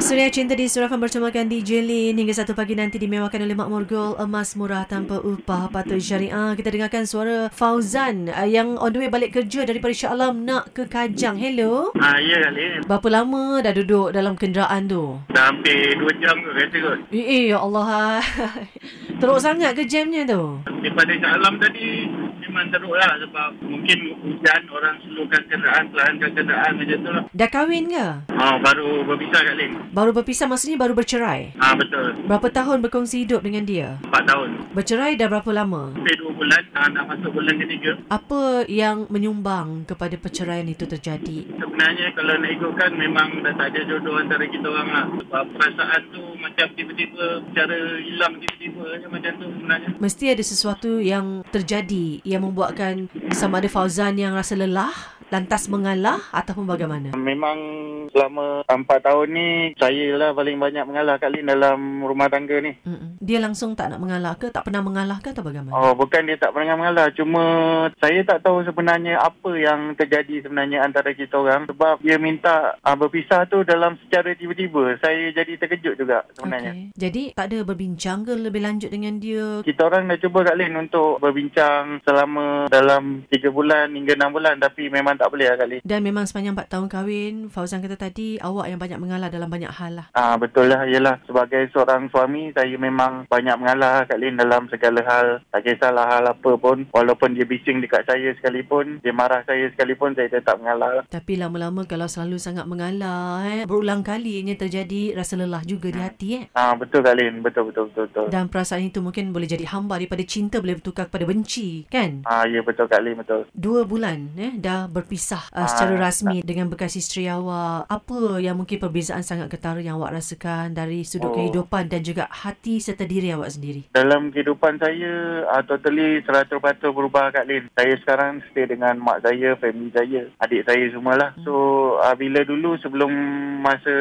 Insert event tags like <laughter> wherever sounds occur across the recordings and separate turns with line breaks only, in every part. Suria Cinta di Surafan bertemakan DJ Lin hingga satu pagi nanti dimewakan oleh Mak Morgul emas murah tanpa upah patut syariah. Kita dengarkan suara Fauzan uh, yang on the way balik kerja daripada Shah Alam nak ke Kajang. Hello.
Ah, ya kali.
Berapa lama dah duduk dalam kenderaan tu?
Dah hampir 2 jam ke kereta kot.
Eh, eh ya Allah. <laughs> Teruk sangat ke jamnya tu?
Daripada Shah Alam tadi, memang teruk lah sebab mungkin hujan orang slowkan kenderaan, perlahankan kenderaan macam tu lah.
Dah kahwin ke?
Ah, baru berpisah Kak Lin.
Baru berpisah maksudnya baru bercerai.
Ah, betul.
Berapa tahun berkongsi hidup dengan dia?
4 tahun.
Bercerai dah berapa lama?
Hampir 2 bulan, ah, nak masuk bulan ketiga.
Apa yang menyumbang kepada perceraian itu terjadi?
Sebenarnya kalau nak ikutkan memang dah tak ada jodoh antara kita orang lah. Sebab perasaan tu macam tiba-tiba cara hilang tiba-tiba je macam tu sebenarnya.
Mesti ada sesuatu yang terjadi yang membuatkan sama ada Fauzan yang rasa lelah, lantas mengalah ataupun bagaimana?
Memang selama 4 tahun ni saya lah paling banyak mengalah Kak Lin dalam rumah tangga ni.
Mm-mm. Dia langsung tak nak mengalah ke? Tak pernah mengalah ke atau bagaimana?
Oh bukan dia tak pernah mengalah cuma saya tak tahu sebenarnya apa yang terjadi sebenarnya antara kita orang sebab dia minta uh, berpisah tu dalam secara tiba-tiba. Saya jadi terkejut juga sebenarnya. Okay.
Okey. Jadi tak ada berbincang ke lebih lanjut dengan dia?
Kita orang dah cuba Kak Lin untuk berbincang selama dalam 3 bulan hingga 6 bulan tapi memang tak boleh lah Kak Lin.
Dan memang sepanjang 4 tahun kahwin, Fauzan kata tadi awak yang banyak mengalah dalam banyak hal lah.
Ah betul lah yalah sebagai seorang suami saya memang banyak mengalah Kak Lin dalam segala hal tak kisahlah hal apa pun walaupun dia bising dekat saya sekalipun dia marah saya sekalipun saya tetap mengalah lah.
Tapi lama-lama kalau selalu sangat mengalah, eh, berulang kali ini terjadi rasa lelah juga di hati eh.
Ah betul Kak Lin betul betul betul betul.
Dan perasaan itu mungkin boleh jadi hamba daripada cinta boleh bertukar kepada benci, kan?
Ah ya betul Kak Lin betul.
Dua bulan eh dah berpisah uh,
Ah,
secara
tak.
rasmi dengan bekas isteri awak. Apa yang mungkin perbezaan sangat ketara yang awak rasakan dari sudut
Oh.
kehidupan dan juga hati serta diri awak sendiri?
Dalam kehidupan saya uh, totally 100% berubah Kak Lin. Saya sekarang stay dengan mak saya, family saya, adik saya semualah. So uh, bila dulu sebelum masa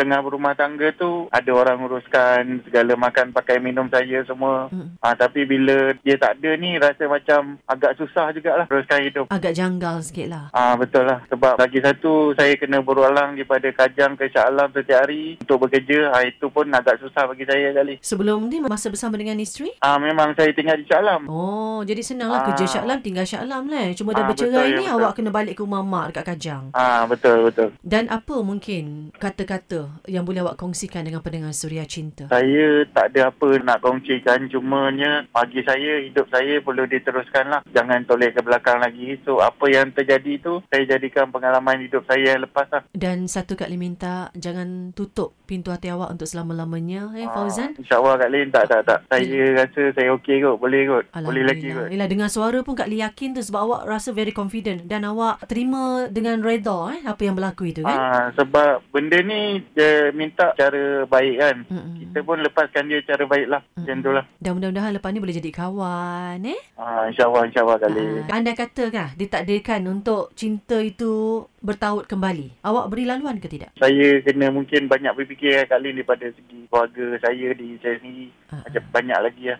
tengah berumah tangga tu ada orang uruskan segala makan pakai minum saya semua.
Hmm.
Uh, tapi bila dia tak ada ni rasa macam agak susah jugalah uruskan hidup.
Agak janggal sikit lah.
Ah betul lah sebab lagi satu saya kena berulang daripada Kajang ke Shah Alam setiap hari untuk bekerja ah, itu pun agak susah bagi saya kali.
Sebelum ni masa bersama dengan isteri?
Ah memang saya tinggal di Shah Alam.
Oh, jadi senanglah
Ah.
kerja Shah Alam, tinggal Shah Alam lah. Cuma dah
Ah, betul,
bercerai
ya,
ni
betul.
awak kena balik ke rumah mak dekat Kajang.
Ah betul betul.
Dan apa mungkin kata-kata yang boleh awak kongsikan dengan pendengar Suria Cinta?
Saya tak ada apa nak kongsikan cumanya bagi saya hidup saya perlu diteruskan lah. Jangan toleh ke belakang lagi. So apa yang terjadi tu saya jadikan pengalaman hidup saya yang lepas lah.
Dan satu Kak Lim minta jangan tutup pintu hati awak untuk selama-lamanya. Eh, Fauzan? Eh.
Ah, InsyaAllah Kak Lin tak tak tak. Saya rasa saya okey kot. Boleh kot. Boleh lagi
lah.
kot.
Yelah, dengar suara pun Kak Lee yakin tu sebab awak rasa very confident dan awak terima dengan reda eh, apa yang berlaku itu kan?
Ah, sebab benda ni dia minta cara baik kan.
Mm-mm.
Kita pun lepaskan dia cara baik lah.
Hmm.
Macam tu lah.
Dan mudah-mudahan lepas ni boleh jadi kawan eh?
Ah, InsyaAllah, insyaAllah kali.
Ah, anda katakah ditakdirkan untuk cinta itu bertaut kembali? Awak beri laluan ke tidak?
Saya kena mungkin banyak berfikir Kak Lin daripada segi keluarga saya, diri saya sendiri.
Ah,
Macam banyak lagi lah.